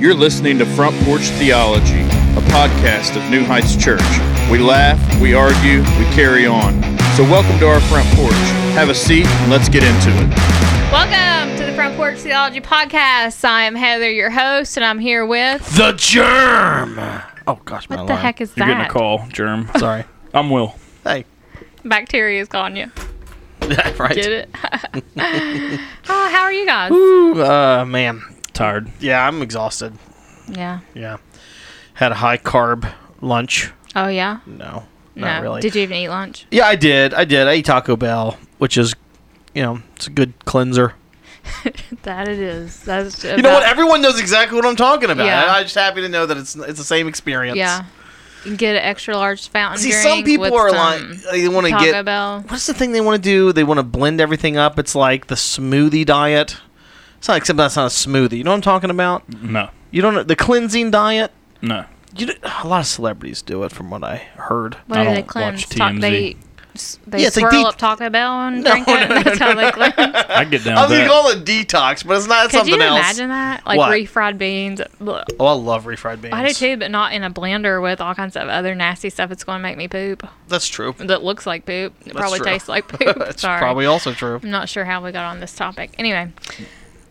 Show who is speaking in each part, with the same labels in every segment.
Speaker 1: You're listening to Front Porch Theology, a podcast of New Heights Church. We laugh, we argue, we carry on. So, welcome to our front porch. Have a seat and let's get into it.
Speaker 2: Welcome to the Front Porch Theology Podcast. I am Heather, your host, and I'm here with.
Speaker 3: The germ. Oh gosh, my
Speaker 2: What the
Speaker 3: alarm.
Speaker 2: heck is
Speaker 4: You're getting
Speaker 2: that?
Speaker 4: a call, Germ.
Speaker 3: Sorry.
Speaker 4: I'm Will.
Speaker 3: Hey.
Speaker 2: Bacteria is calling you.
Speaker 3: right.
Speaker 2: Get it? oh, how are you guys?
Speaker 3: Ooh, uh, man.
Speaker 4: Tired.
Speaker 3: Yeah, I'm exhausted.
Speaker 2: Yeah.
Speaker 3: Yeah. Had a high carb lunch.
Speaker 2: Oh, yeah?
Speaker 3: No,
Speaker 2: no.
Speaker 3: not really.
Speaker 2: Did you even eat lunch?
Speaker 3: yeah, I did. I did. I ate Taco Bell, which is, you know, it's a good cleanser.
Speaker 2: That it is. That's
Speaker 3: You know what? Everyone knows exactly what I'm talking about.
Speaker 2: Yeah.
Speaker 3: I'm just happy to know that it's it's the same experience.
Speaker 2: Yeah. You can get an extra large fountain.
Speaker 3: See,
Speaker 2: drink
Speaker 3: some people
Speaker 2: with
Speaker 3: are
Speaker 2: some
Speaker 3: like they want to
Speaker 2: Taco
Speaker 3: get
Speaker 2: Bell.
Speaker 3: what's the thing they want to do? They want to blend everything up. It's like the smoothie diet. It's not except that's not a smoothie. You know what I'm talking about?
Speaker 4: No.
Speaker 3: You don't know the cleansing diet.
Speaker 4: No.
Speaker 3: You do, a lot of celebrities do it, from what I heard.
Speaker 2: What
Speaker 4: I
Speaker 2: do they
Speaker 4: don't
Speaker 2: cleanse?
Speaker 4: watch
Speaker 2: Taco-
Speaker 4: TMZ.
Speaker 2: they they
Speaker 3: Yeah, it's like
Speaker 2: swirl
Speaker 3: de-
Speaker 2: up Taco Bell and
Speaker 3: No,
Speaker 2: drink it.
Speaker 3: no, no,
Speaker 2: That's how they cleanse.
Speaker 4: I can get down
Speaker 3: I
Speaker 4: with
Speaker 3: think
Speaker 4: that.
Speaker 3: you call it detox, but it's not
Speaker 2: Could you
Speaker 3: something else.
Speaker 2: imagine that? Like
Speaker 3: What?
Speaker 2: refried beans. Blah.
Speaker 3: Oh, I love refried beans.
Speaker 2: I do too, but not in a blender with all kinds of other nasty stuff. It's going to make me poop.
Speaker 3: That's true.
Speaker 2: That looks like poop. It
Speaker 3: That's
Speaker 2: probably
Speaker 3: true.
Speaker 2: tastes like poop.
Speaker 3: That's
Speaker 2: Sorry.
Speaker 3: probably also true.
Speaker 4: Mm,
Speaker 2: I'm not sure how we got on this topic. Anyway,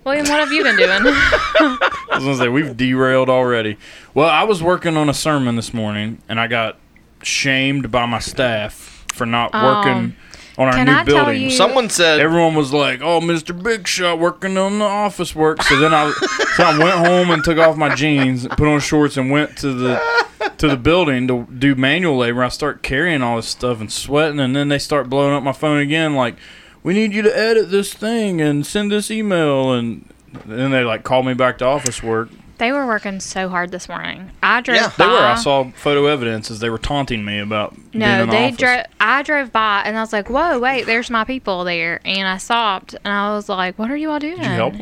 Speaker 2: William, what have you been doing?
Speaker 4: I was gonna say we've derailed already. Well, I was working on a sermon this morning, and I got shamed by my staff for not working on our
Speaker 2: Oh. Can
Speaker 4: new
Speaker 2: I tell
Speaker 4: building.
Speaker 2: you-
Speaker 3: Someone said,
Speaker 4: Everyone was like, "Oh, Mr. Big Shot working on the office work." So then I, so I went home and took off my jeans, put on shorts, and went to the to the building to do manual labor. I start carrying all this stuff and sweating, and then they start blowing up my phone again, like, "We need you to edit this thing and send this email." And then they like called me back to office work.
Speaker 2: they were working so hard this morning. I drove
Speaker 3: Yeah,
Speaker 2: by.
Speaker 4: They were. I saw photo evidence as they were taunting me about being
Speaker 2: No,
Speaker 4: in the
Speaker 2: they
Speaker 4: office.
Speaker 2: drove. I drove by and I was like, "Whoa, wait! There's my people there." And I stopped and I was like, "What are you all doing?"
Speaker 4: Did you help?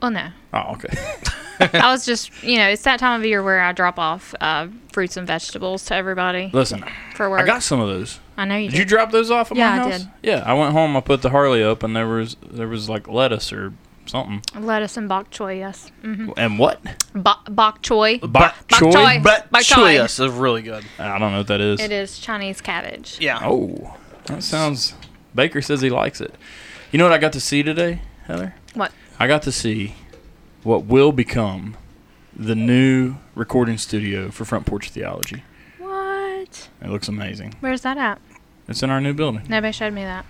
Speaker 2: Well, no.
Speaker 4: Oh, okay.
Speaker 2: I was just, you know, it's that time of year where I drop off uh, fruits and vegetables to everybody
Speaker 4: Listen,
Speaker 2: for work.
Speaker 4: I got some of those.
Speaker 2: I know you.
Speaker 4: Did you drop those off at
Speaker 2: Yeah,
Speaker 4: my
Speaker 2: I
Speaker 4: house?
Speaker 2: did.
Speaker 4: Yeah, I went home. I put the Harley up, and there was there was like lettuce or something.
Speaker 2: Lettuce and bok choy, yes. Mm-hmm.
Speaker 4: And what?
Speaker 2: Bok, bok choy.
Speaker 4: Bok
Speaker 2: bok
Speaker 4: choy?
Speaker 2: choy.
Speaker 3: but
Speaker 2: Bok choy.
Speaker 3: Chuyas is really good.
Speaker 4: I don't know what that is.
Speaker 2: It is Chinese cabbage.
Speaker 3: Yeah.
Speaker 4: Oh, that sounds. Baker says he likes it. You know what I got to see today, Heather?
Speaker 2: What?
Speaker 4: I got to see what will become the new recording studio for Front Porch Theology.
Speaker 2: What?
Speaker 4: It looks amazing.
Speaker 2: Where's that at?
Speaker 4: It's in our new building.
Speaker 2: Nobody showed me that.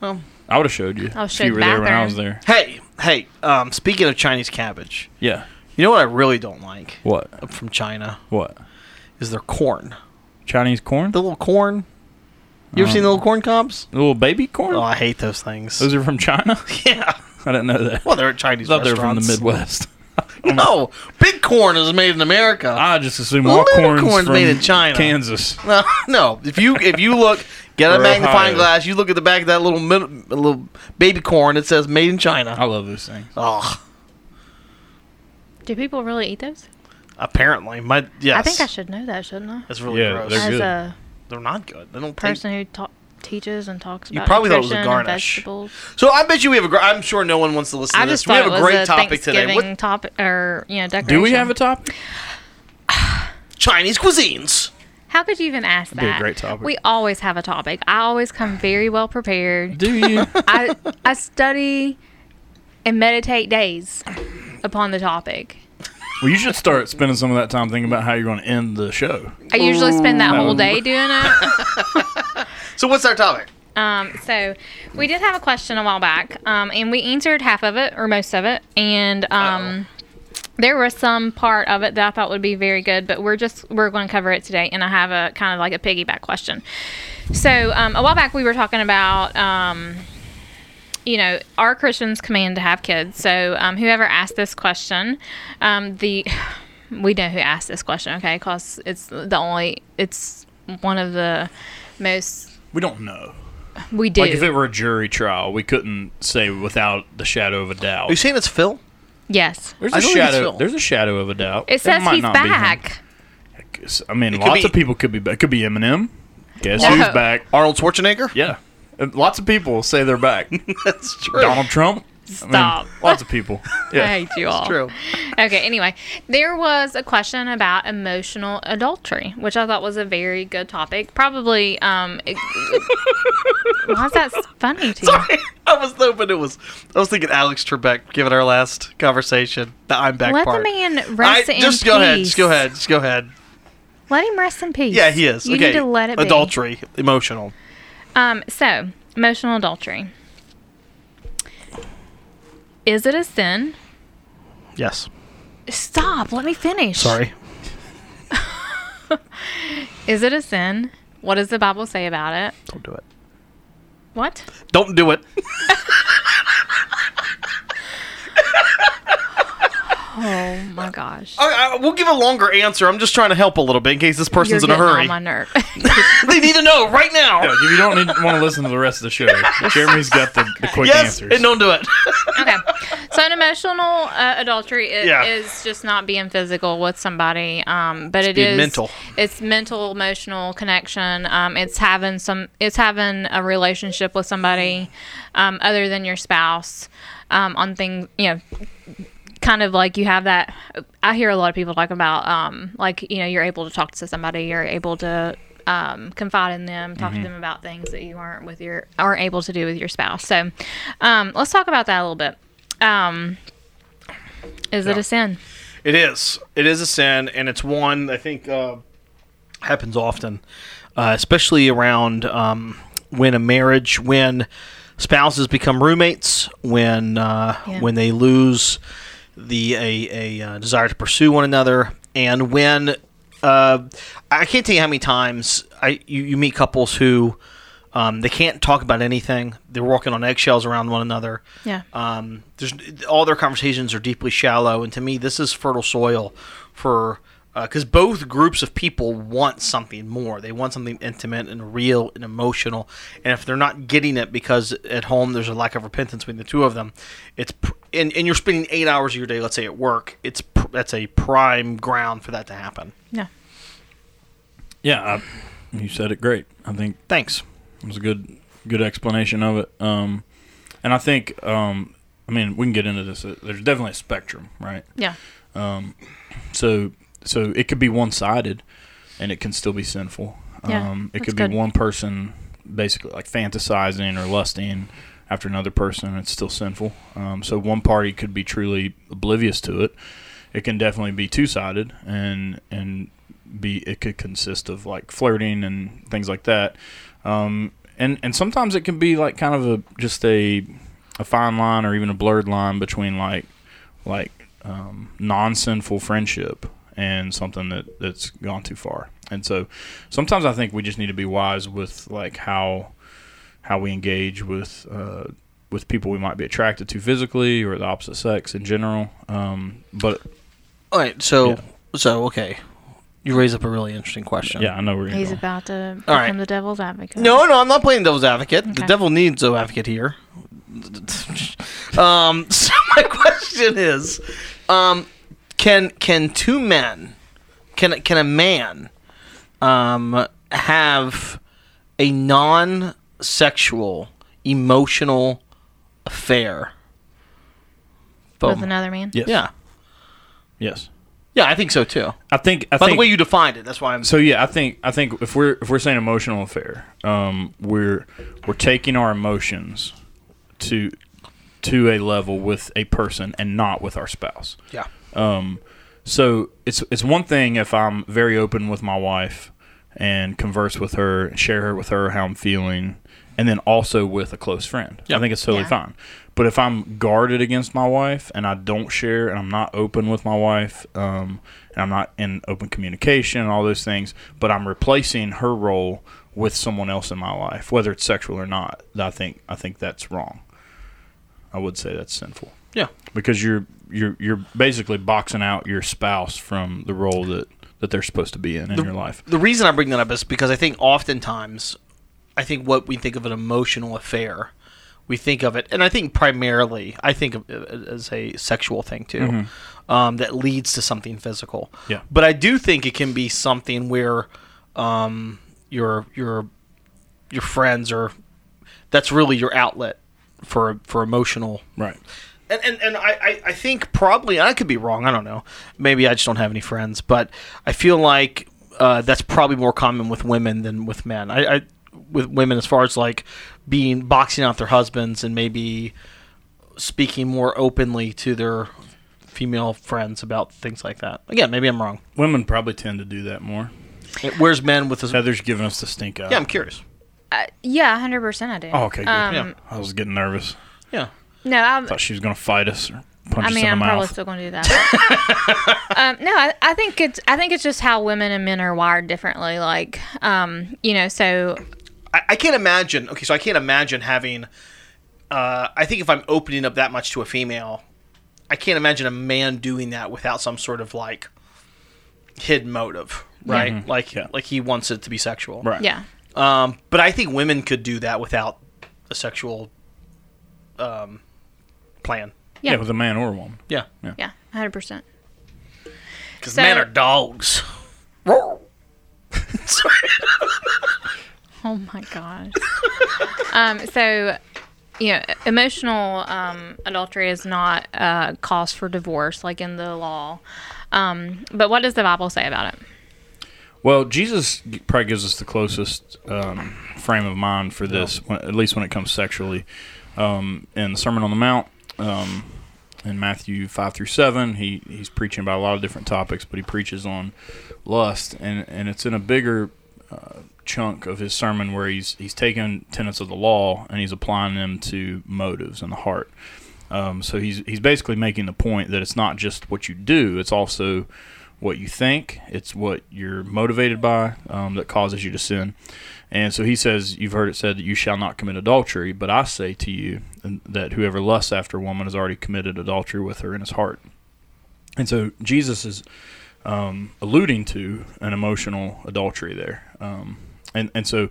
Speaker 4: I would have showed you.
Speaker 2: I'll
Speaker 4: if
Speaker 2: show
Speaker 4: you
Speaker 2: the
Speaker 4: were there when I was
Speaker 2: bathroom.
Speaker 4: there.
Speaker 3: Hey, hey. Um, speaking of Chinese cabbage,
Speaker 4: Yeah.
Speaker 3: you know what I really don't like
Speaker 4: What?
Speaker 3: from China
Speaker 4: What?
Speaker 3: is their corn.
Speaker 4: Chinese corn?
Speaker 3: The little corn. You ever seen the little corn cobs?
Speaker 4: The little baby Um, corn?
Speaker 3: Oh, I hate those things.
Speaker 4: Those are from China.
Speaker 3: yeah.
Speaker 4: I didn't know that.
Speaker 3: Well, they're at Chinese
Speaker 4: I thought they were from the
Speaker 3: restaurants.
Speaker 4: Midwest.
Speaker 3: No, big corn is made in America.
Speaker 4: I just assume all
Speaker 3: Little
Speaker 4: corn's,
Speaker 3: corn's
Speaker 4: from
Speaker 3: made in China.
Speaker 4: Kansas.
Speaker 3: No, no. If you if you look, get a
Speaker 4: Or
Speaker 3: magnifying
Speaker 4: Ohio.
Speaker 3: glass. You look at the back of that little mid, little baby corn. It says "Made in China."
Speaker 4: I love those things.
Speaker 3: Oh,
Speaker 2: Do people really eat those?
Speaker 3: apparently, my yes.
Speaker 2: I think I should know that, shouldn't I?
Speaker 3: That's really
Speaker 4: Yeah,
Speaker 3: gross.
Speaker 4: they're
Speaker 2: As
Speaker 4: good.
Speaker 2: a
Speaker 3: They're not good. They don't taste-
Speaker 2: person who ta- teaches and talks
Speaker 3: You
Speaker 2: about
Speaker 3: probably thought it was a
Speaker 2: nutrition and
Speaker 3: garnish.
Speaker 2: vegetables.
Speaker 3: So I bet you we have a. Gr- I'm sure no one wants to listen
Speaker 2: I
Speaker 3: to
Speaker 2: just
Speaker 3: this. We
Speaker 2: thought
Speaker 3: have
Speaker 2: it
Speaker 3: a
Speaker 2: was
Speaker 3: great
Speaker 2: a
Speaker 3: topic today.
Speaker 2: Thanksgiving
Speaker 3: What
Speaker 2: topic or you know decoration.
Speaker 4: Do we have a topic?
Speaker 3: Chinese cuisines?
Speaker 2: How could you even ask that?
Speaker 4: be a great topic.
Speaker 2: We always have a topic. I always come very well prepared.
Speaker 4: Do you?
Speaker 2: I I study and meditate days upon the topic.
Speaker 4: well, you should start spending some of that time thinking about how you're going to end the show.
Speaker 2: I usually spend that whole
Speaker 4: Ooh.
Speaker 2: day doing it.
Speaker 3: So what's our topic?
Speaker 2: Um, so we did have a question a while back, um, and we answered half of it or most of it, and um, there was some part of it that I thought would be very good, but we're just we're going to cover it today, and I have a kind of like a piggyback question. So um, a while back we were talking about. Um, you know, are Christians commanded to have kids? So, um, whoever asked this question, um, the we know who asked this question, okay? Because it's the only, it's one of the most
Speaker 4: We don't know.
Speaker 2: we do.
Speaker 4: Like if it were a jury trial, we couldn't say without the shadow of a doubt.
Speaker 3: Are you saying it's Phil?
Speaker 2: yes,
Speaker 4: There's
Speaker 3: I
Speaker 4: a
Speaker 3: don't think it's
Speaker 4: shadow.
Speaker 3: Phil.
Speaker 4: There's a shadow of a doubt.
Speaker 2: it says
Speaker 4: might
Speaker 2: he's
Speaker 4: not be him.
Speaker 2: back.
Speaker 4: I mean,
Speaker 3: could
Speaker 4: lots
Speaker 3: be-
Speaker 4: of people could be back. Could be Eminem. Guess
Speaker 2: No.
Speaker 4: who's back?
Speaker 3: Arnold Schwarzenegger?
Speaker 4: Yeah, Uh, lots of people say they're back.
Speaker 3: that's true.
Speaker 4: Donald Trump.
Speaker 2: Stop.
Speaker 4: Lots of people.
Speaker 2: I
Speaker 4: Yeah.
Speaker 2: hate you all.
Speaker 3: True.
Speaker 2: Okay, anyway, there was a question about emotional adultery, which I thought was a very good topic. Probably, um, it- why is that funny to you?
Speaker 3: I was hoping it was. I was thinking Alex Trebek, given our last conversation, the I'm back
Speaker 2: Let
Speaker 3: part.
Speaker 2: the man rest
Speaker 3: I-
Speaker 2: in
Speaker 3: just
Speaker 2: peace.
Speaker 3: go ahead. Just go ahead. Just go ahead.
Speaker 2: Let him rest in peace.
Speaker 3: Yeah, he is.
Speaker 2: You
Speaker 3: okay.
Speaker 2: need to let it be.
Speaker 3: Adultery, emotional.
Speaker 2: Um, so, emotional adultery. Is it a sin?
Speaker 3: Yes.
Speaker 2: Stop. Let me finish.
Speaker 3: Sorry.
Speaker 2: Is it a sin? What does the Bible say about it?
Speaker 3: Don't do it.
Speaker 2: What?
Speaker 3: Don't do it.
Speaker 2: Oh my gosh.
Speaker 3: I, I, we'll give a longer answer. I'm just trying to help a little bit in case this
Speaker 2: You're
Speaker 3: person's in
Speaker 2: getting
Speaker 3: a hurry.
Speaker 2: on my nerve.
Speaker 3: they need to know right now.
Speaker 4: If you don't need, want to listen to the rest of the show, Jeremy's got the, the quick
Speaker 3: yes,
Speaker 4: answers.
Speaker 3: and don't do it.
Speaker 2: okay. So an emotional uh, adultery i-
Speaker 3: Yeah.
Speaker 2: is just not being physical with somebody, um, but it
Speaker 3: being
Speaker 2: is
Speaker 3: mental.
Speaker 2: It's mental, emotional connection. Um, it's having some. It's having a relationship with somebody um, other than your spouse um, on things. You know, kind of like you have that. I hear a lot of people talk about um, like you know you're able to talk to somebody. You're able to. Um, confide in them, talk to them about things that you aren't with your aren't able to do with your spouse. So, um, let's talk about that a little bit. Um, is it a sin?
Speaker 3: It is. It is a sin, and it's one I think uh, happens often, uh, especially around um, when a marriage, when spouses become roommates, when uh,
Speaker 2: Yeah.
Speaker 3: when they lose the a, a uh, desire to pursue one another, and when uh, I can't tell you how many times I you, you meet couples who. Um, they can't talk about anything. They're walking on eggshells around one another.
Speaker 2: Yeah.
Speaker 3: Um, there's all their conversations are deeply shallow, and to me, this is fertile soil for because both groups of people want something more. They want something intimate and real and emotional, and if they're not getting it because at home there's a lack of repentance between the two of them, it's pr- and, and you're spending eight hours of your day, let's say at work, it's pr- that's a prime ground for that to happen.
Speaker 2: Yeah.
Speaker 4: yeah, I, you said it great. I think
Speaker 3: Thanks.
Speaker 4: It was a good good explanation of it. Um, and I think um, I mean we can get into this. uh, There's definitely a spectrum, right?
Speaker 2: Yeah.
Speaker 4: So so it could be one sided, and it can still be sinful.
Speaker 2: Yeah,
Speaker 4: um, it
Speaker 2: that's
Speaker 4: could
Speaker 2: good.
Speaker 4: be one person basically like fantasizing or lusting after another person. and It's still sinful. Um, so one party could be truly oblivious to it. It can definitely be two sided, and and be it could consist of like flirting and things like that. Um, and and sometimes it can be like kind of a just a a fine line or even a blurred line between like like um, non sinful friendship and something that that's gone too far. And so sometimes I think we just need to be wise with like how how we engage with uh, with people we might be attracted to physically or the opposite sex in general. Um, but
Speaker 3: All right. So
Speaker 4: Yeah.
Speaker 3: so okay, you raise up a really interesting question.
Speaker 4: yeah, I know we're gonna
Speaker 2: He's
Speaker 4: go.
Speaker 2: about to become
Speaker 3: All right.
Speaker 2: the devil's advocate.
Speaker 3: No, no, I'm not playing devil's advocate. The
Speaker 2: Okay.
Speaker 3: devil needs no advocate here. um, so my question is, um, can can two men, can can a man, um, have a non-sexual emotional affair?
Speaker 2: with
Speaker 3: Boom.
Speaker 2: another man.
Speaker 4: yes.
Speaker 3: Yeah,
Speaker 4: Yes.
Speaker 3: yeah, I think so too.
Speaker 4: I think I
Speaker 3: By
Speaker 4: think
Speaker 3: the way, you defined it. That's why I'm.
Speaker 4: so yeah, I think I think if we're if we're saying emotional affair, um, we're we're taking our emotions to to a level with a person and not with our spouse.
Speaker 3: yeah,
Speaker 4: Um, so it's it's one thing if I'm very open with my wife and converse with her, and share her with her how I'm feeling, and then also with a close friend.
Speaker 3: Yeah.
Speaker 4: I think it's totally
Speaker 2: Yeah.
Speaker 4: fine. But if I'm guarded against my wife and I don't share and I'm not open with my wife, um, and I'm not in open communication and all those things, but I'm replacing her role with someone else in my life, whether it's sexual or not, I think I think that's wrong. I would say that's sinful
Speaker 3: yeah.
Speaker 4: because you're you're you're basically boxing out your spouse from the role that that they're supposed to be in in your life.
Speaker 3: the reason I bring that up is because I think oftentimes, I think what we think of an emotional affair, we think of it, and I think primarily, I think of it as a sexual thing too, um, that leads to something physical.
Speaker 4: Mm-hmm. Yeah.
Speaker 3: But I do think it can be something where um, your your your friends are that's really your outlet for for emotional
Speaker 4: Right.
Speaker 3: and and, and I, I, I think probably I could be wrong. I don't know. Maybe I just don't have any friends, but I feel like uh, that's probably more common with women than with men. I, I with women as far as like being boxing out their husbands and maybe speaking more openly to their female friends about things like that. Again, maybe I'm wrong.
Speaker 4: Women probably tend to do that more.
Speaker 3: Where's men with this? Yeah,
Speaker 4: Heather's giving us the stink eye.
Speaker 3: I'm curious.
Speaker 2: Uh, yeah, hundred percent I do.
Speaker 4: Oh, okay, good.
Speaker 2: Um,
Speaker 3: Yeah.
Speaker 4: I was getting nervous.
Speaker 3: Yeah.
Speaker 2: No, I'm,
Speaker 4: Thought she was gonna fight us or punch
Speaker 2: I
Speaker 4: us
Speaker 2: mean,
Speaker 4: in the
Speaker 2: I'm probably
Speaker 4: mouth.
Speaker 2: still going to do that. um, no, I, I think it's I think it's just how women and men are wired differently. Like, um, you know, so
Speaker 3: I, I can't imagine. Okay, so I can't imagine having. Uh, I think if I'm opening up that much to a female, I can't imagine a man doing that without some sort of like hidden motive, right? Like,
Speaker 4: Yeah.
Speaker 3: like he wants it to be sexual.
Speaker 4: right.
Speaker 2: yeah,
Speaker 3: Um, but I think women could do that without a sexual um, plan.
Speaker 4: Yeah.
Speaker 2: Yeah.
Speaker 4: with a man or a woman.
Speaker 3: Yeah,
Speaker 2: yeah, hundred percent.
Speaker 3: because
Speaker 2: So-
Speaker 3: men are dogs. Roar. Sorry.
Speaker 2: Oh my god. um, so, you know, emotional um, adultery is not a cause for divorce, like in the law. Um, but what does the Bible say about it?
Speaker 4: Well, Jesus probably gives us the closest um, frame of mind for this, when, at least when it comes sexually. Um, in the Sermon on the Mount, um, in Matthew five through seven, he, he's preaching about a lot of different topics, but he preaches on lust, and and it's in a bigger uh, chunk of his sermon where he's he's taking tenets of the law and he's applying them to motives and the heart. Um, so he's he's basically making the point that it's not just what you do; it's also what you think. It's what you're motivated by um, that causes you to sin. And so he says, "You've heard it said that you shall not commit adultery, but I say to you that whoever lusts after a woman has already committed adultery with her in his heart." And so Jesus is um, alluding to an emotional adultery there, um, and and so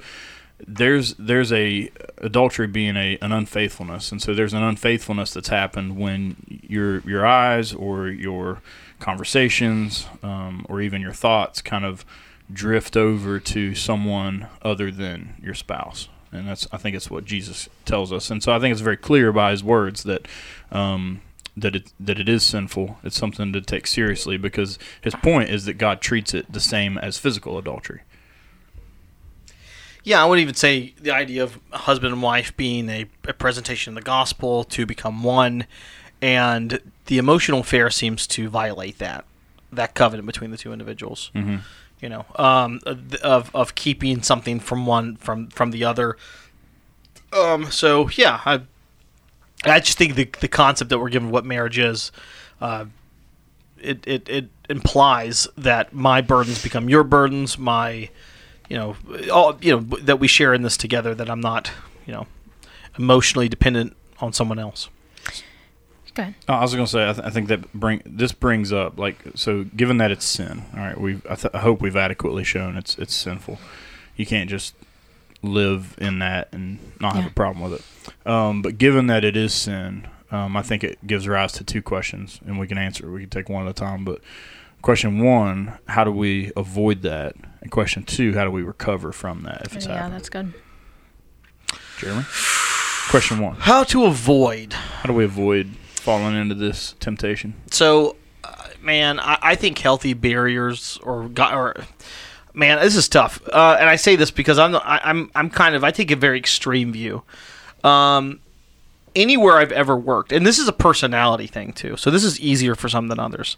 Speaker 4: there's there's a adultery being a an unfaithfulness, and so there's an unfaithfulness that's happened when your your eyes or your conversations um, or even your thoughts kind of drift over to someone other than your spouse, and that's I think it's what Jesus tells us, and so I think it's very clear by his words that. Um, that it that it is sinful. It's something to take seriously because his point is that God treats it the same as physical adultery.
Speaker 3: Yeah, I would even say the idea of husband and wife being a, a presentation of the gospel to become one, and the emotional affair seems to violate that that covenant between the two individuals. Mm-hmm. You know, um, of of keeping something from one from from the other. Um. So yeah, I I just think the the concept that we're given what marriage is, uh, it it it implies that my burdens become your burdens. My you know, all you know that we share in this together. That I'm not, you know, emotionally dependent on someone else.
Speaker 2: Go ahead.
Speaker 4: Oh, I was gonna say, I, th- I think that bring this brings up like so. Given that it's sin, all right, we've I, th- I hope we've adequately shown it's it's sinful. You can't just live in that and not have
Speaker 2: Yeah.
Speaker 4: a problem with it. Um, but given that it is sin, um, I think it gives rise to two questions, and we can answer. We can take one at a time. But question one, how do we avoid that? And question two, how do we recover from that if it's
Speaker 2: yeah,
Speaker 4: happening?
Speaker 2: that's good.
Speaker 4: Jeremy. Question one,
Speaker 3: How to avoid?
Speaker 4: how do we avoid falling into this temptation?
Speaker 3: So, uh, man, I, I think healthy barriers or go- or man, this is tough. Uh, and I say this because I'm I, I'm I'm kind of I take a very extreme view. Um, anywhere I've ever worked, and this is a personality thing too. So this is easier for some than others.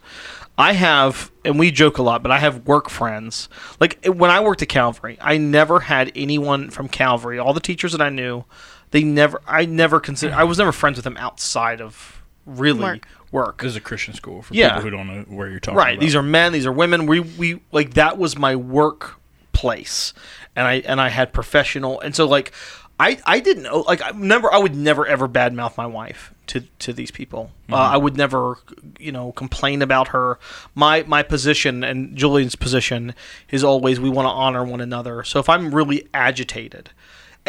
Speaker 3: I have, and we joke a lot, but I have work friends. Like when I worked at Calvary, I never had anyone from Calvary. All the teachers that I knew, they never. I never considered. I was never friends with them outside of really
Speaker 2: Work.
Speaker 3: work.
Speaker 4: This is a Christian school for
Speaker 3: Yeah.
Speaker 4: people who don't know where you're talking
Speaker 3: Right.
Speaker 4: about.
Speaker 3: These are men. These are women. We we like that was my work place, and I and I had professional, and so like I I didn't know like I never I would never ever badmouth my wife to to these people. Uh,
Speaker 4: Mm-hmm.
Speaker 3: I would never you know complain about her. My my position and Julian's position is always we want to honor one another. So if I'm really agitated.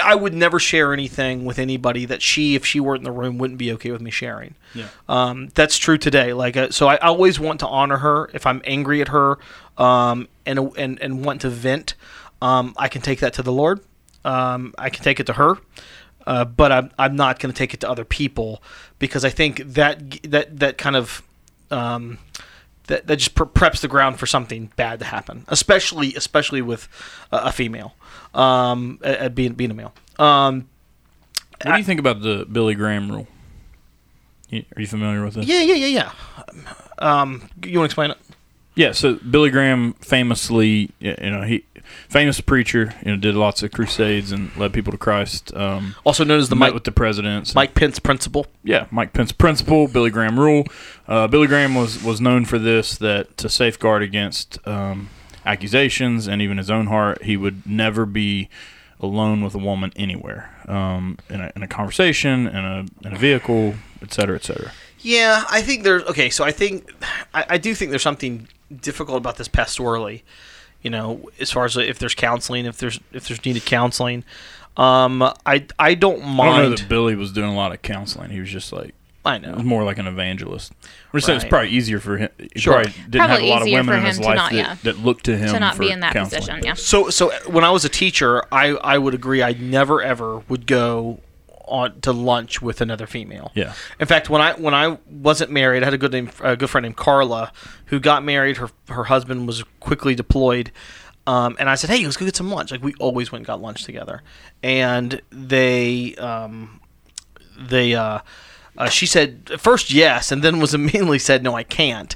Speaker 3: I would never share anything with anybody that she, if she weren't in the room, wouldn't be okay with me sharing.
Speaker 4: Yeah.
Speaker 3: Um, that's true today. Like, uh, so I always want to honor her if I'm angry at her, um, and and and want to vent. Um, I can take that to the Lord. Um, I can take it to her. uh, but I'm, I'm not going to take it to other people because I think that that that kind of um, that that just pre- preps the ground for something bad to happen, especially especially with a, a female, um, a- a- being being a male. Um,
Speaker 4: What do you think about the Billy Graham rule? You- Are you familiar with this?
Speaker 3: yeah, yeah, yeah, yeah. Um, you want to explain it?
Speaker 4: Yeah, so Billy Graham famously, y- you know, he famous preacher, you know, did lots of crusades and led people to Christ. Um,
Speaker 3: Also known as the
Speaker 4: met
Speaker 3: Mike
Speaker 4: with the presidents.
Speaker 3: Mike Pence principle.
Speaker 4: yeah, Mike Pence principle, Billy Graham rule. Uh, Billy Graham was was known for this that to safeguard against um, accusations and even his own heart, he would never be alone with a woman anywhere um, in, a, in a conversation, in a in a vehicle, et cetera, et cetera.
Speaker 3: Yeah, I think there's okay. So I think I, I do think there's something difficult about this pastorally, you know, as far as if there's counseling, if there's if there's needed counseling. Um, I I don't
Speaker 4: I don't know
Speaker 3: mind.
Speaker 4: that Billy was doing a lot of counseling. He was just like
Speaker 3: I
Speaker 4: It was
Speaker 3: know.
Speaker 4: more like an evangelist. We're saying it's
Speaker 3: Right.
Speaker 4: probably easier for him. He
Speaker 3: Sure.
Speaker 4: probably didn't have a
Speaker 2: Probably
Speaker 4: lot of
Speaker 2: easier
Speaker 4: women
Speaker 2: for
Speaker 4: in his
Speaker 2: him to
Speaker 4: life
Speaker 2: not-
Speaker 4: that,
Speaker 2: yeah.
Speaker 4: that looked to him
Speaker 2: to not
Speaker 4: for
Speaker 2: be in that
Speaker 4: counseling.
Speaker 2: position. Yeah.
Speaker 3: So so uh, when I was a teacher, I I would agree. I never ever would go on to lunch with another female.
Speaker 4: Yeah.
Speaker 3: In fact, when I when I wasn't married, I had a good name, a good friend named Carla, who got married. Her her husband was quickly deployed, um, and I said, "Hey, let's go get some lunch." Like we always went and got lunch together, and they um, they uh, uh, she said at first yes, and then was immediately said no, I can't.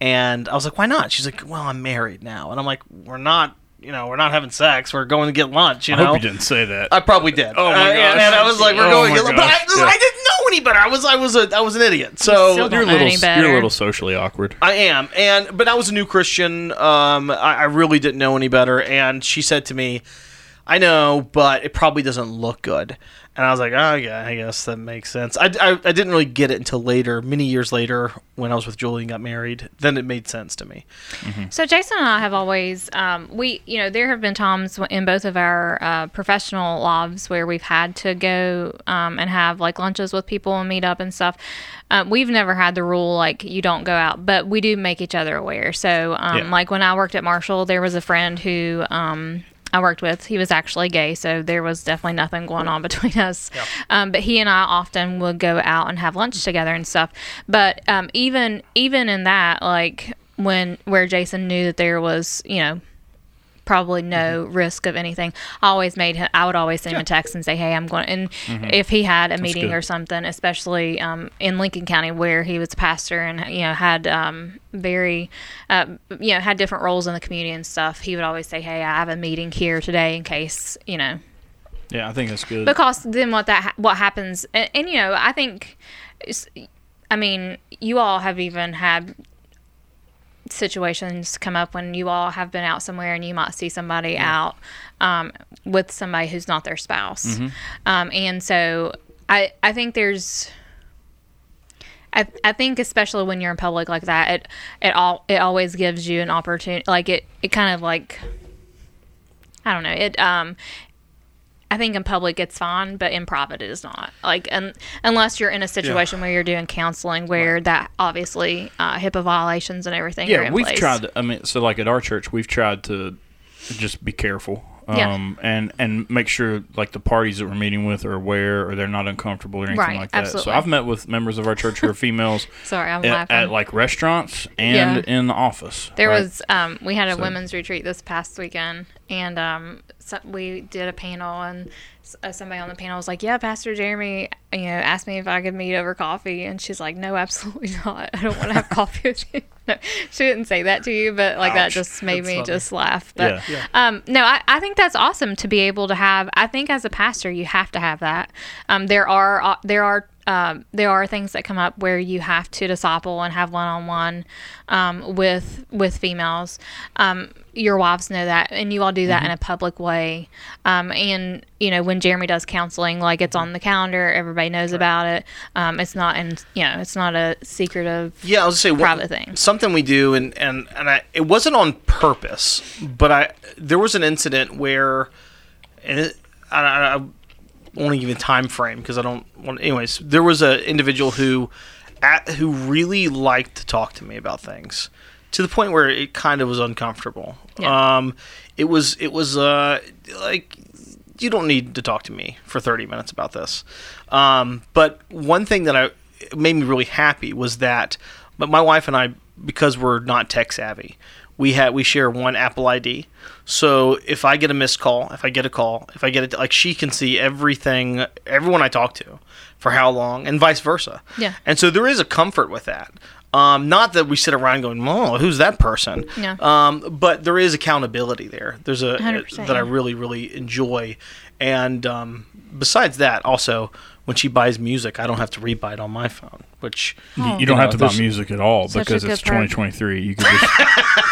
Speaker 3: And I was like, "Why not?" She's like, "Well, I'm married now," and I'm like, "We're not." You know, we're not having sex. We're going to get lunch. You
Speaker 4: I
Speaker 3: know,
Speaker 4: hope you didn't say that.
Speaker 3: I probably did.
Speaker 4: Oh, my
Speaker 3: Uh, and,
Speaker 4: gosh.
Speaker 3: and I was like, we're
Speaker 4: Oh,
Speaker 3: going.
Speaker 4: my
Speaker 3: But I,
Speaker 4: gosh. Yeah.
Speaker 3: I didn't know any better. I was, I was a, I was an idiot. So
Speaker 2: still
Speaker 4: you're a
Speaker 2: Don't know
Speaker 4: little,
Speaker 2: any
Speaker 4: you're a
Speaker 2: better.
Speaker 4: little socially awkward.
Speaker 3: I am, and but I was a new Christian. Um, I, I really didn't know any better. And she said to me, "I know, but it probably doesn't look good." And I was like, "Oh yeah, I guess that makes sense." I, I, I didn't really get it until later, many years later, when I was with Julie and got married. Then it made sense to me.
Speaker 2: So Jason and I have always um, we you know there have been times w- in both of our uh, professional lives where we've had to go um, and have like lunches with people and meet up and stuff. Um, we've never had the rule like you don't go out, but we do make each other aware. So um,
Speaker 4: Yeah.
Speaker 2: like when I worked at Marshall, there was a friend who. Um, I worked with. He was actually gay, so there was definitely nothing going on between us. Um, but he and I often would go out and have lunch together and stuff. But um, even even in that, like when where Jason knew that there was, you know, probably no risk of anything. I always made him. I would always send him a text and say, "Hey, I'm going." And if he had a meeting
Speaker 4: good.
Speaker 2: or something, especially um, in Lincoln County where he was pastor and you know had um, very, uh, you know, had different roles in the community and stuff, he would always say, "Hey, I have a meeting here today in case you know."
Speaker 4: Yeah, I think that's good.
Speaker 2: Because then what that ha- what happens, and, and you know, I think, it's- I mean, you all have even had situations come up when you all have been out somewhere and you might see somebody out um, with somebody who's not their spouse, um, and so I I think there's. I, I think especially when you're in public like that, it it all it always gives you an opportunity. Like it, it kind of like I don't know. It um I think in public it's fine, but in private it is not. Like, un- unless you're in a situation where you're doing counseling, where that obviously uh, HIPAA violations and everything. are
Speaker 4: yeah,
Speaker 2: in
Speaker 4: we've
Speaker 2: place.
Speaker 4: tried. To, I mean, so like at our church, we've tried to just be careful.
Speaker 2: Yeah.
Speaker 4: Um, and and make sure like the parties that we're meeting with are aware or they're not uncomfortable or anything
Speaker 2: Right,
Speaker 4: like that.
Speaker 2: absolutely.
Speaker 4: So I've met with members of our church who are females
Speaker 2: Sorry, I'm
Speaker 4: at,
Speaker 2: laughing.
Speaker 4: at like restaurants and
Speaker 2: Yeah.
Speaker 4: in the office.
Speaker 2: There
Speaker 4: right?
Speaker 2: was um, we had a
Speaker 4: So-
Speaker 2: women's retreat this past weekend, and um, so we did a panel, and s- uh, somebody on the panel was like, "Yeah, Pastor Jeremy, you know, asked me if I could meet over coffee," and she's like, "No, absolutely not. I don't want to have coffee with you." No, she didn't say that to you, but like that
Speaker 3: Ouch.
Speaker 2: just made
Speaker 3: That's
Speaker 2: me
Speaker 3: funny.
Speaker 2: just laugh. But
Speaker 4: Yeah. Yeah.
Speaker 2: Um, no, I, I think that's awesome to be able to have. I think as a pastor, you have to have that. Um, there are uh, there are um, there are things that come up where you have to disciple and have one on one with with females. Um, your wives know that, and you all do that in a public way. Um, and you know when Jeremy does counseling, like it's on the calendar, everybody knows about it. Um, it's not, and you know, it's not a secretive.
Speaker 3: Yeah, I was gonna say one-
Speaker 2: Private thing.
Speaker 3: Something we do, and and and I, it wasn't on purpose, but I there was an incident where, and it, I, I, I won't even time frame because I don't want. Anyways, there was an individual who, at, who really liked to talk to me about things, to the point where Um, it kind of was uncomfortable.
Speaker 2: Yeah.
Speaker 3: Um, it was it was uh like you don't need to talk to me for 30 minutes about this. Um, but one thing that I it made me really happy was that, but my wife and I, because we're not tech savvy, we had we share one Apple ID. So if I get a missed call, if I get a call, if I get it, like she can see everything, everyone I talk to, for how long, and vice versa.
Speaker 2: Yeah.
Speaker 3: And so there is a comfort with that. Um, not that we sit around going, "Oh, who's that person?"
Speaker 2: No.
Speaker 3: Um, but there is accountability there. There's a
Speaker 2: 100%,
Speaker 3: that I
Speaker 2: yeah.
Speaker 3: really really enjoy, and um, besides that, also when she buys music, I don't have to rebuy it on my phone, which
Speaker 4: You don't
Speaker 3: know,
Speaker 4: have to buy
Speaker 3: there's-
Speaker 4: music at all
Speaker 2: oh. Such a
Speaker 4: because it's
Speaker 2: good perk.
Speaker 4: 2023. You could just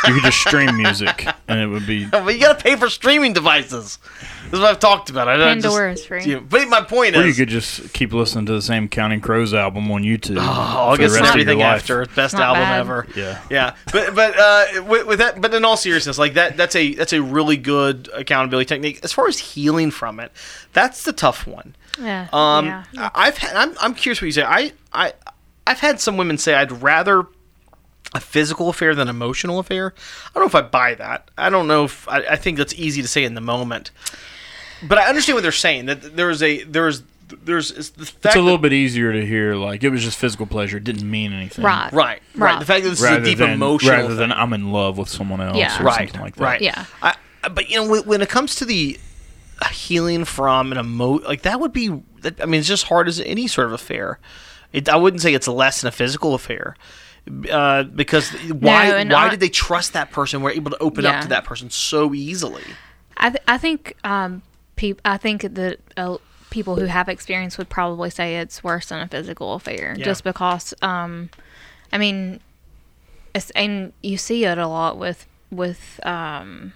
Speaker 4: you could just stream music and it would be.
Speaker 2: Oh.
Speaker 3: but you gotta pay for streaming devices. This is what I've talked about. I don't
Speaker 2: Pandora
Speaker 3: just-
Speaker 2: is free.
Speaker 3: Yeah, but my point
Speaker 4: Or you
Speaker 3: is,
Speaker 4: could just keep listening to the same Counting Crows album on YouTube.
Speaker 3: oh, I
Speaker 4: for the
Speaker 3: guess
Speaker 4: rest of
Speaker 3: and
Speaker 4: your
Speaker 3: everything
Speaker 4: life.
Speaker 3: after best
Speaker 2: Not
Speaker 3: album
Speaker 2: bad.
Speaker 3: ever.
Speaker 4: Yeah.
Speaker 3: yeah. But but uh, with, with that, but in all seriousness, like that, that's a that's a really good accountability technique. As far as healing from it, that's the tough one.
Speaker 2: Yeah.
Speaker 3: Um,
Speaker 2: yeah.
Speaker 3: I- I've had, I'm, I'm curious what you say. I, I, I've had some women say I'd rather a physical affair than emotional affair. I don't know if I buy that. I don't know if I, I think that's easy to say in the moment, but I understand what they're saying. That there is a there is there's it's the fact
Speaker 4: It's a little
Speaker 3: that-
Speaker 4: bit easier to hear. Like it was just physical pleasure. It didn't mean anything.
Speaker 2: Right.
Speaker 3: right, right
Speaker 2: Right.
Speaker 3: The fact that this
Speaker 4: Rather
Speaker 3: is a deep
Speaker 4: than
Speaker 3: emotional
Speaker 4: rather
Speaker 3: thing.
Speaker 4: than I'm in love with someone else
Speaker 2: Yeah.
Speaker 4: or
Speaker 3: right,
Speaker 4: something like that.
Speaker 3: right.
Speaker 2: Yeah.
Speaker 3: I, I- but you know when, when it comes to the uh, healing from an emo like that would be that, I mean it's just hard as any sort of affair. It, I wouldn't say it's less than a physical affair. Uh, because why
Speaker 2: and
Speaker 3: why
Speaker 2: I-
Speaker 3: did they trust that person? We're able to open up
Speaker 2: Yeah.
Speaker 3: to that person so easily.
Speaker 2: I, th- I think um, peop- I think that uh, people who have experience would probably say it's worse than a physical affair,
Speaker 3: Yeah.
Speaker 2: just because. Um, I mean, it's, and you see it a lot with with um,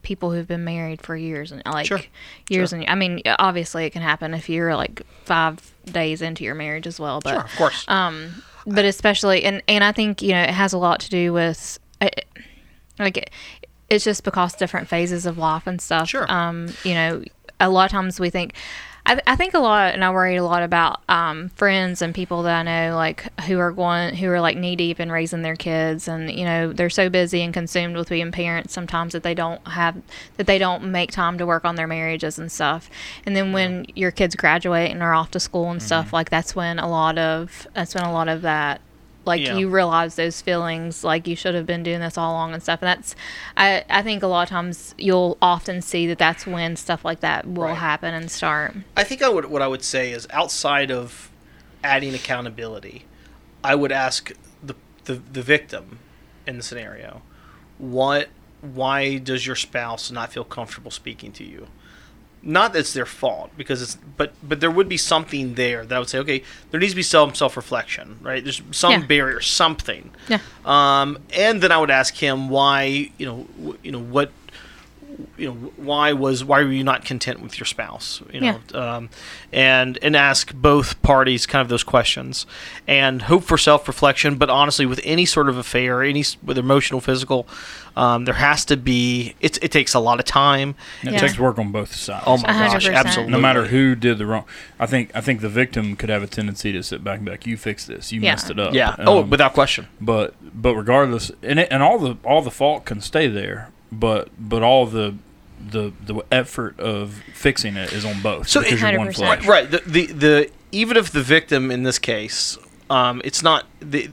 Speaker 2: people who've been married for years and like
Speaker 3: Sure.
Speaker 2: years and I mean, obviously it can happen if you're like five days into your marriage as well, but
Speaker 3: Sure, of
Speaker 2: Um,
Speaker 3: course.
Speaker 2: but especially and and i think you know it has a lot to do with I- like it, it's just because different phases of life and stuff
Speaker 3: Sure.
Speaker 2: um you know a lot of times we think I, I think a lot and i worry a lot about um friends and people that i know like who are going who are like knee deep in raising their kids and you know they're so busy and consumed with being parents sometimes that they don't have that they don't make time to work on their marriages and stuff and then when your kids graduate and are off to school and stuff like that's when a lot of that's when a lot of that like
Speaker 3: Yeah.
Speaker 2: you realize those feelings like you should have been doing this all along and stuff and that's i i think a lot of times you'll often see that that's when stuff like that will
Speaker 3: Right.
Speaker 2: happen and start
Speaker 3: I think I would what I would say is outside of adding accountability, I would ask the the, the victim in the scenario, what why does your spouse not feel comfortable speaking to you? Not that it's their fault because it's but but there would be something there that I would say okay there needs to be some self reflection right there's some
Speaker 2: Yeah.
Speaker 3: barrier something
Speaker 2: yeah
Speaker 3: um, and then I would ask him why, you know, w- you know what, you know, why was why were you not content with your spouse, you know, um, and and ask both parties kind of those questions, and hope for self reflection. But honestly, with any sort of affair, any s- with emotional, physical, um, there has to be. It, it takes a lot of time.
Speaker 4: And It
Speaker 2: Yeah.
Speaker 4: takes work on both sides.
Speaker 3: Oh my gosh,
Speaker 2: 100%.
Speaker 3: absolutely.
Speaker 4: no matter who did the wrong, I think I think the victim could have a tendency to sit back and be like, "You fixed this. You
Speaker 2: Yeah.
Speaker 4: messed it up."
Speaker 3: Yeah. oh,
Speaker 4: Um,
Speaker 3: without question.
Speaker 4: but but regardless, and it, and all the all the fault can stay there, but but all the the the effort of fixing it is on both.
Speaker 3: So
Speaker 4: because
Speaker 3: it-
Speaker 4: you're one
Speaker 2: 100%.
Speaker 4: flesh.
Speaker 3: Right, right. The, the the even if the victim in this case, um, it's not the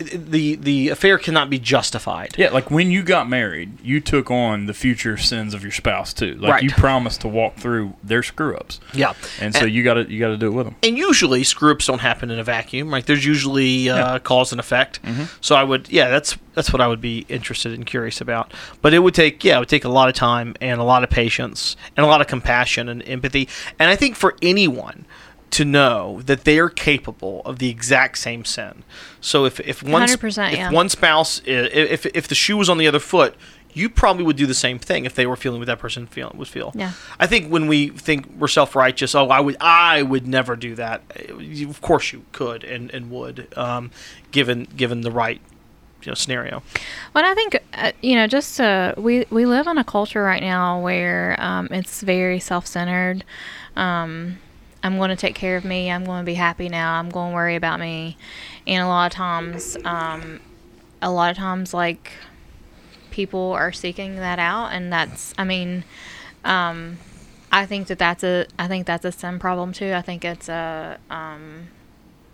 Speaker 3: the the affair cannot be justified.
Speaker 4: Yeah, like when you got married, you took on the future sins of your spouse too. Like
Speaker 3: Right.
Speaker 4: you promised to walk through their screw ups.
Speaker 3: Yeah.
Speaker 4: and so
Speaker 3: And-
Speaker 4: you got to you got to do it with them.
Speaker 3: And usually screw ups don't happen in a vacuum. Like there's usually uh, cause and effect.
Speaker 4: Mm-hmm.
Speaker 3: So I would yeah, that's that's what I would be interested and curious about. But it would take yeah, it would take a lot of time and a lot of patience and a lot of compassion and empathy. And I think for anyone to know that they're capable of the exact same sin. So if if one sp-
Speaker 2: 100%,
Speaker 3: if
Speaker 2: yeah.
Speaker 3: one spouse i- if if the shoe was on the other foot, you probably would do the same thing if they were feeling what that person feel, would feel.
Speaker 2: Yeah.
Speaker 3: I think when we think we're self righteous, oh, I would, I would never do that. You- Of course, you could and, and would, um, given given the right you know, scenario.
Speaker 2: Well, I think uh, you know, just uh, we we live in a culture right now where um, it's very self-centered. Um, I'm going to take care of me. I'm going to be happy now. I'm going to worry about me. And a lot of times, um, a lot of times, like people are seeking that out, and that's, I mean, um, I think that that's a I think that's a sin problem too. I think it's a um,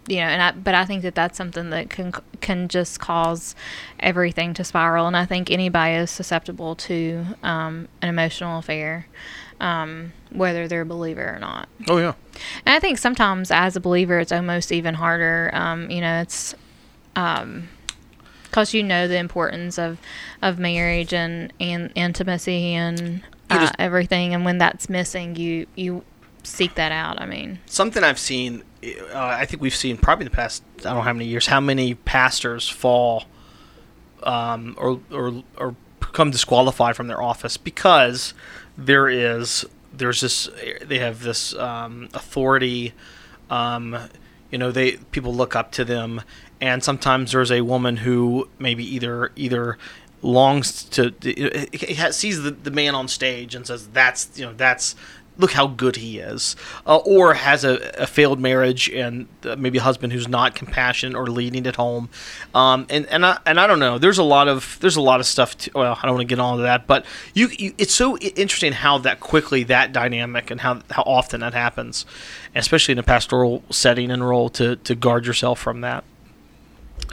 Speaker 2: you know, and I but I think that that's something that can can just cause everything to spiral. And I think anybody is susceptible to um, an emotional affair, um, whether they're a believer or not.
Speaker 3: Oh yeah.
Speaker 2: And I think sometimes as a believer, it's almost even harder. Um, you know, it's because you know the importance of of marriage and and intimacy and uh,
Speaker 3: just-
Speaker 2: everything. And when that's missing, you you seek that out. I mean,
Speaker 3: something I've seen. Uh, I think we've seen probably in the past I don't know how many years how many pastors fall um, or or or become disqualified from their office because there is there's this they have this um, authority. Um, you know they people look up to them, and sometimes there's a woman who maybe either either longs to it- it- sees the, the man on stage and says that's you know that's look how good he is uh, or has a, a failed marriage and uh, maybe a husband who's not compassionate or leading at home um, and and I, and I don't know there's a lot of there's a lot of stuff to, well I don't want to get on to that but you, you it's so i- interesting how that quickly that dynamic and how how often that happens especially in a pastoral setting and role to to guard yourself from that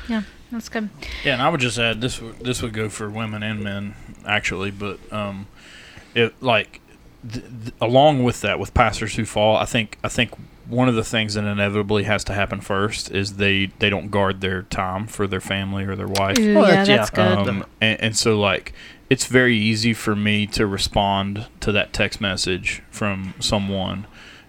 Speaker 2: yeah, that's good.
Speaker 4: Yeah, and I would just add this would this would go for women and men actually, but um, it like th- th- along with that, with pastors who fall, I think I think one of the things that inevitably has to happen first is they they don't guard their time for their family or their wife.
Speaker 2: Ooh,
Speaker 3: Well,
Speaker 2: yeah,
Speaker 3: that's- yeah,
Speaker 2: that's good.
Speaker 4: Um, and, and so like it's very easy for me to respond to that text message from someone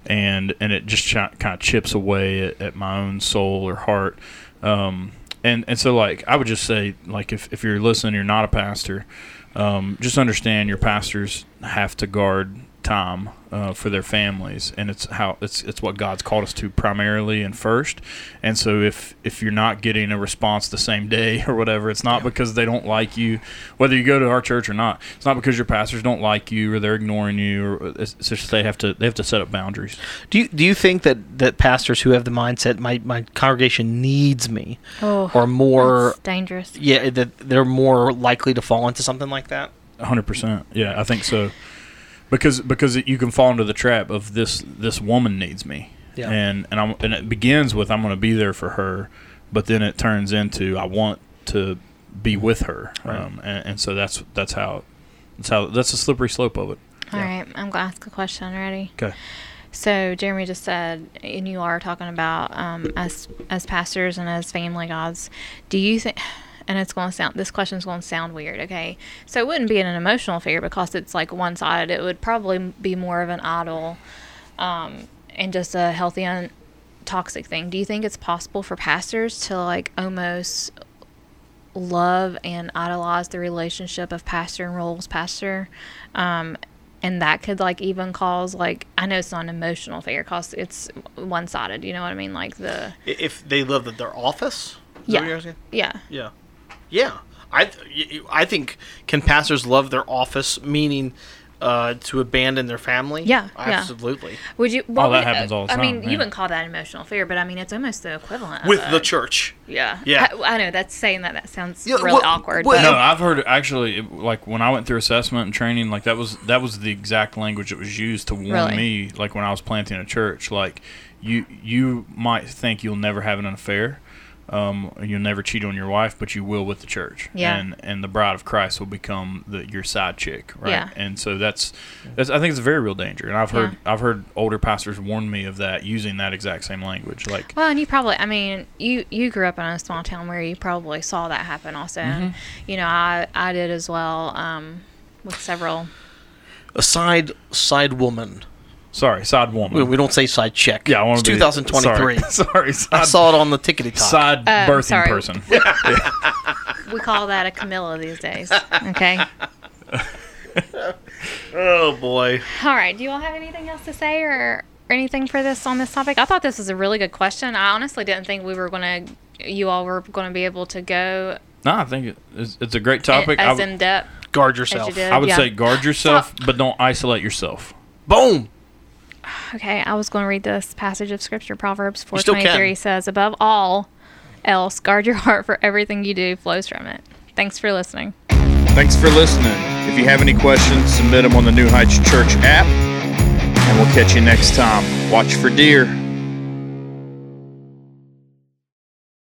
Speaker 4: and and it just chi- kind of chips away at, at my own soul or heart um, and and so like I would just say like if, if you're listening you're not a pastor um, just understand your pastors have to guard time uh, for their families and it's how it's it's what God's called us to primarily and first and so if if you're not getting a response the same day or whatever it's not because they don't like you whether you go to our church or not it's not because your pastors don't like you or they're ignoring you or it's, it's just they have to they have to set up boundaries
Speaker 3: Do you, do you think that, that pastors who have the mindset my, my congregation needs me
Speaker 2: Oh,
Speaker 3: or more
Speaker 2: that's dangerous.
Speaker 3: yeah that they're more likely to fall into something like that?
Speaker 4: hundred percent. Yeah, I think so. Because because it, you can fall into the trap of this this woman needs me,
Speaker 3: Yeah.
Speaker 4: and and I'm and it begins with I'm going to be there for her, but then it turns into I want to be with her, um, and, and so that's that's how that's how that's the slippery slope of it.
Speaker 2: All
Speaker 3: Yeah.
Speaker 2: right, I'm gonna ask a question. Ready?
Speaker 4: Okay.
Speaker 2: So Jeremy just said, and you are talking about um, as as pastors and as family gods. Do you think? And it's going to sound. This question's going to sound weird. Okay, so it wouldn't be an emotional affair because it's like one sided. It would probably be more of an idol, um, and just a healthy, un- toxic thing. Do you think it's possible for pastors to like almost love and idolize the relationship of pastor and roles pastor um, and that could like even cause like i know it's not an emotional affair cause it's one-sided you know what i mean like the
Speaker 3: I- If they love that their office? Is that what you're
Speaker 2: yeah
Speaker 3: asking?
Speaker 2: yeah
Speaker 3: Yeah. Yeah. I, th- y- y- I think can pastors love their office, meaning uh, to abandon their family?
Speaker 2: Yeah, yeah.
Speaker 3: Absolutely.
Speaker 2: would you well,
Speaker 4: Oh, that
Speaker 2: we-
Speaker 4: happens all the
Speaker 2: i mean
Speaker 4: time,
Speaker 2: you
Speaker 4: yeah.
Speaker 2: wouldn't call that an emotional affair but i mean it's almost the equivalent of
Speaker 3: With
Speaker 2: a-
Speaker 3: the church.
Speaker 2: yeah
Speaker 3: Yeah.
Speaker 2: I, I know that's saying that that sounds
Speaker 3: Yeah,
Speaker 2: really
Speaker 3: what-
Speaker 2: awkward
Speaker 3: what-
Speaker 2: but
Speaker 4: No, I've heard actually, it- like when I went through assessment and training, like that was that was the exact language that was used to warn
Speaker 2: Really?
Speaker 4: me, like when I was planting a church, like you you might think you'll never have an affair, um, and you'll never cheat on your wife, but you will with the church,
Speaker 2: Yeah.
Speaker 4: and and the bride of Christ will become the, your side chick, right?
Speaker 2: Yeah.
Speaker 4: And so that's that's I think it's a very real danger, and I've heard I've heard older pastors warn me of that using that exact same language, like
Speaker 2: Well, and you probably, I mean, you you grew up in a small town where you probably saw that happen also. And,
Speaker 4: Mm-hmm.
Speaker 2: you know, I I did as well um, with several.
Speaker 3: A side side woman.
Speaker 4: sorry, side woman.
Speaker 3: We, we don't say side chick.
Speaker 4: yeah, I want
Speaker 3: It's
Speaker 4: to be
Speaker 3: 2023.
Speaker 4: Sorry, sorry
Speaker 3: I
Speaker 4: side,
Speaker 3: saw it on the tickety talk.
Speaker 4: side
Speaker 2: Uh,
Speaker 4: birthing
Speaker 2: sorry.
Speaker 4: person.
Speaker 2: We call that a Camilla these days. Okay.
Speaker 3: Oh boy.
Speaker 2: All right. Do you all have anything else to say or, or anything for this on this topic? I thought this was a really good question. I honestly didn't think we were going to, you all were going to be able to go
Speaker 4: No, I think it- it's, it's a great
Speaker 2: i-
Speaker 4: topic. I
Speaker 2: as
Speaker 4: would-
Speaker 2: in depth
Speaker 3: Guard
Speaker 2: as you
Speaker 3: yourself.
Speaker 2: did.
Speaker 4: I would
Speaker 2: yeah.
Speaker 4: say guard yourself, but don't isolate yourself.
Speaker 3: Boom.
Speaker 2: Okay, I was going to read this passage of scripture. Proverbs
Speaker 3: still can.
Speaker 2: 4:23 says, "Above all else, guard your heart for everything you do flows from it." Thanks for listening.
Speaker 1: Thanks for listening. If you have any questions, submit them on the New Heights Church app.
Speaker 4: and we'll catch you next time. Watch for deer.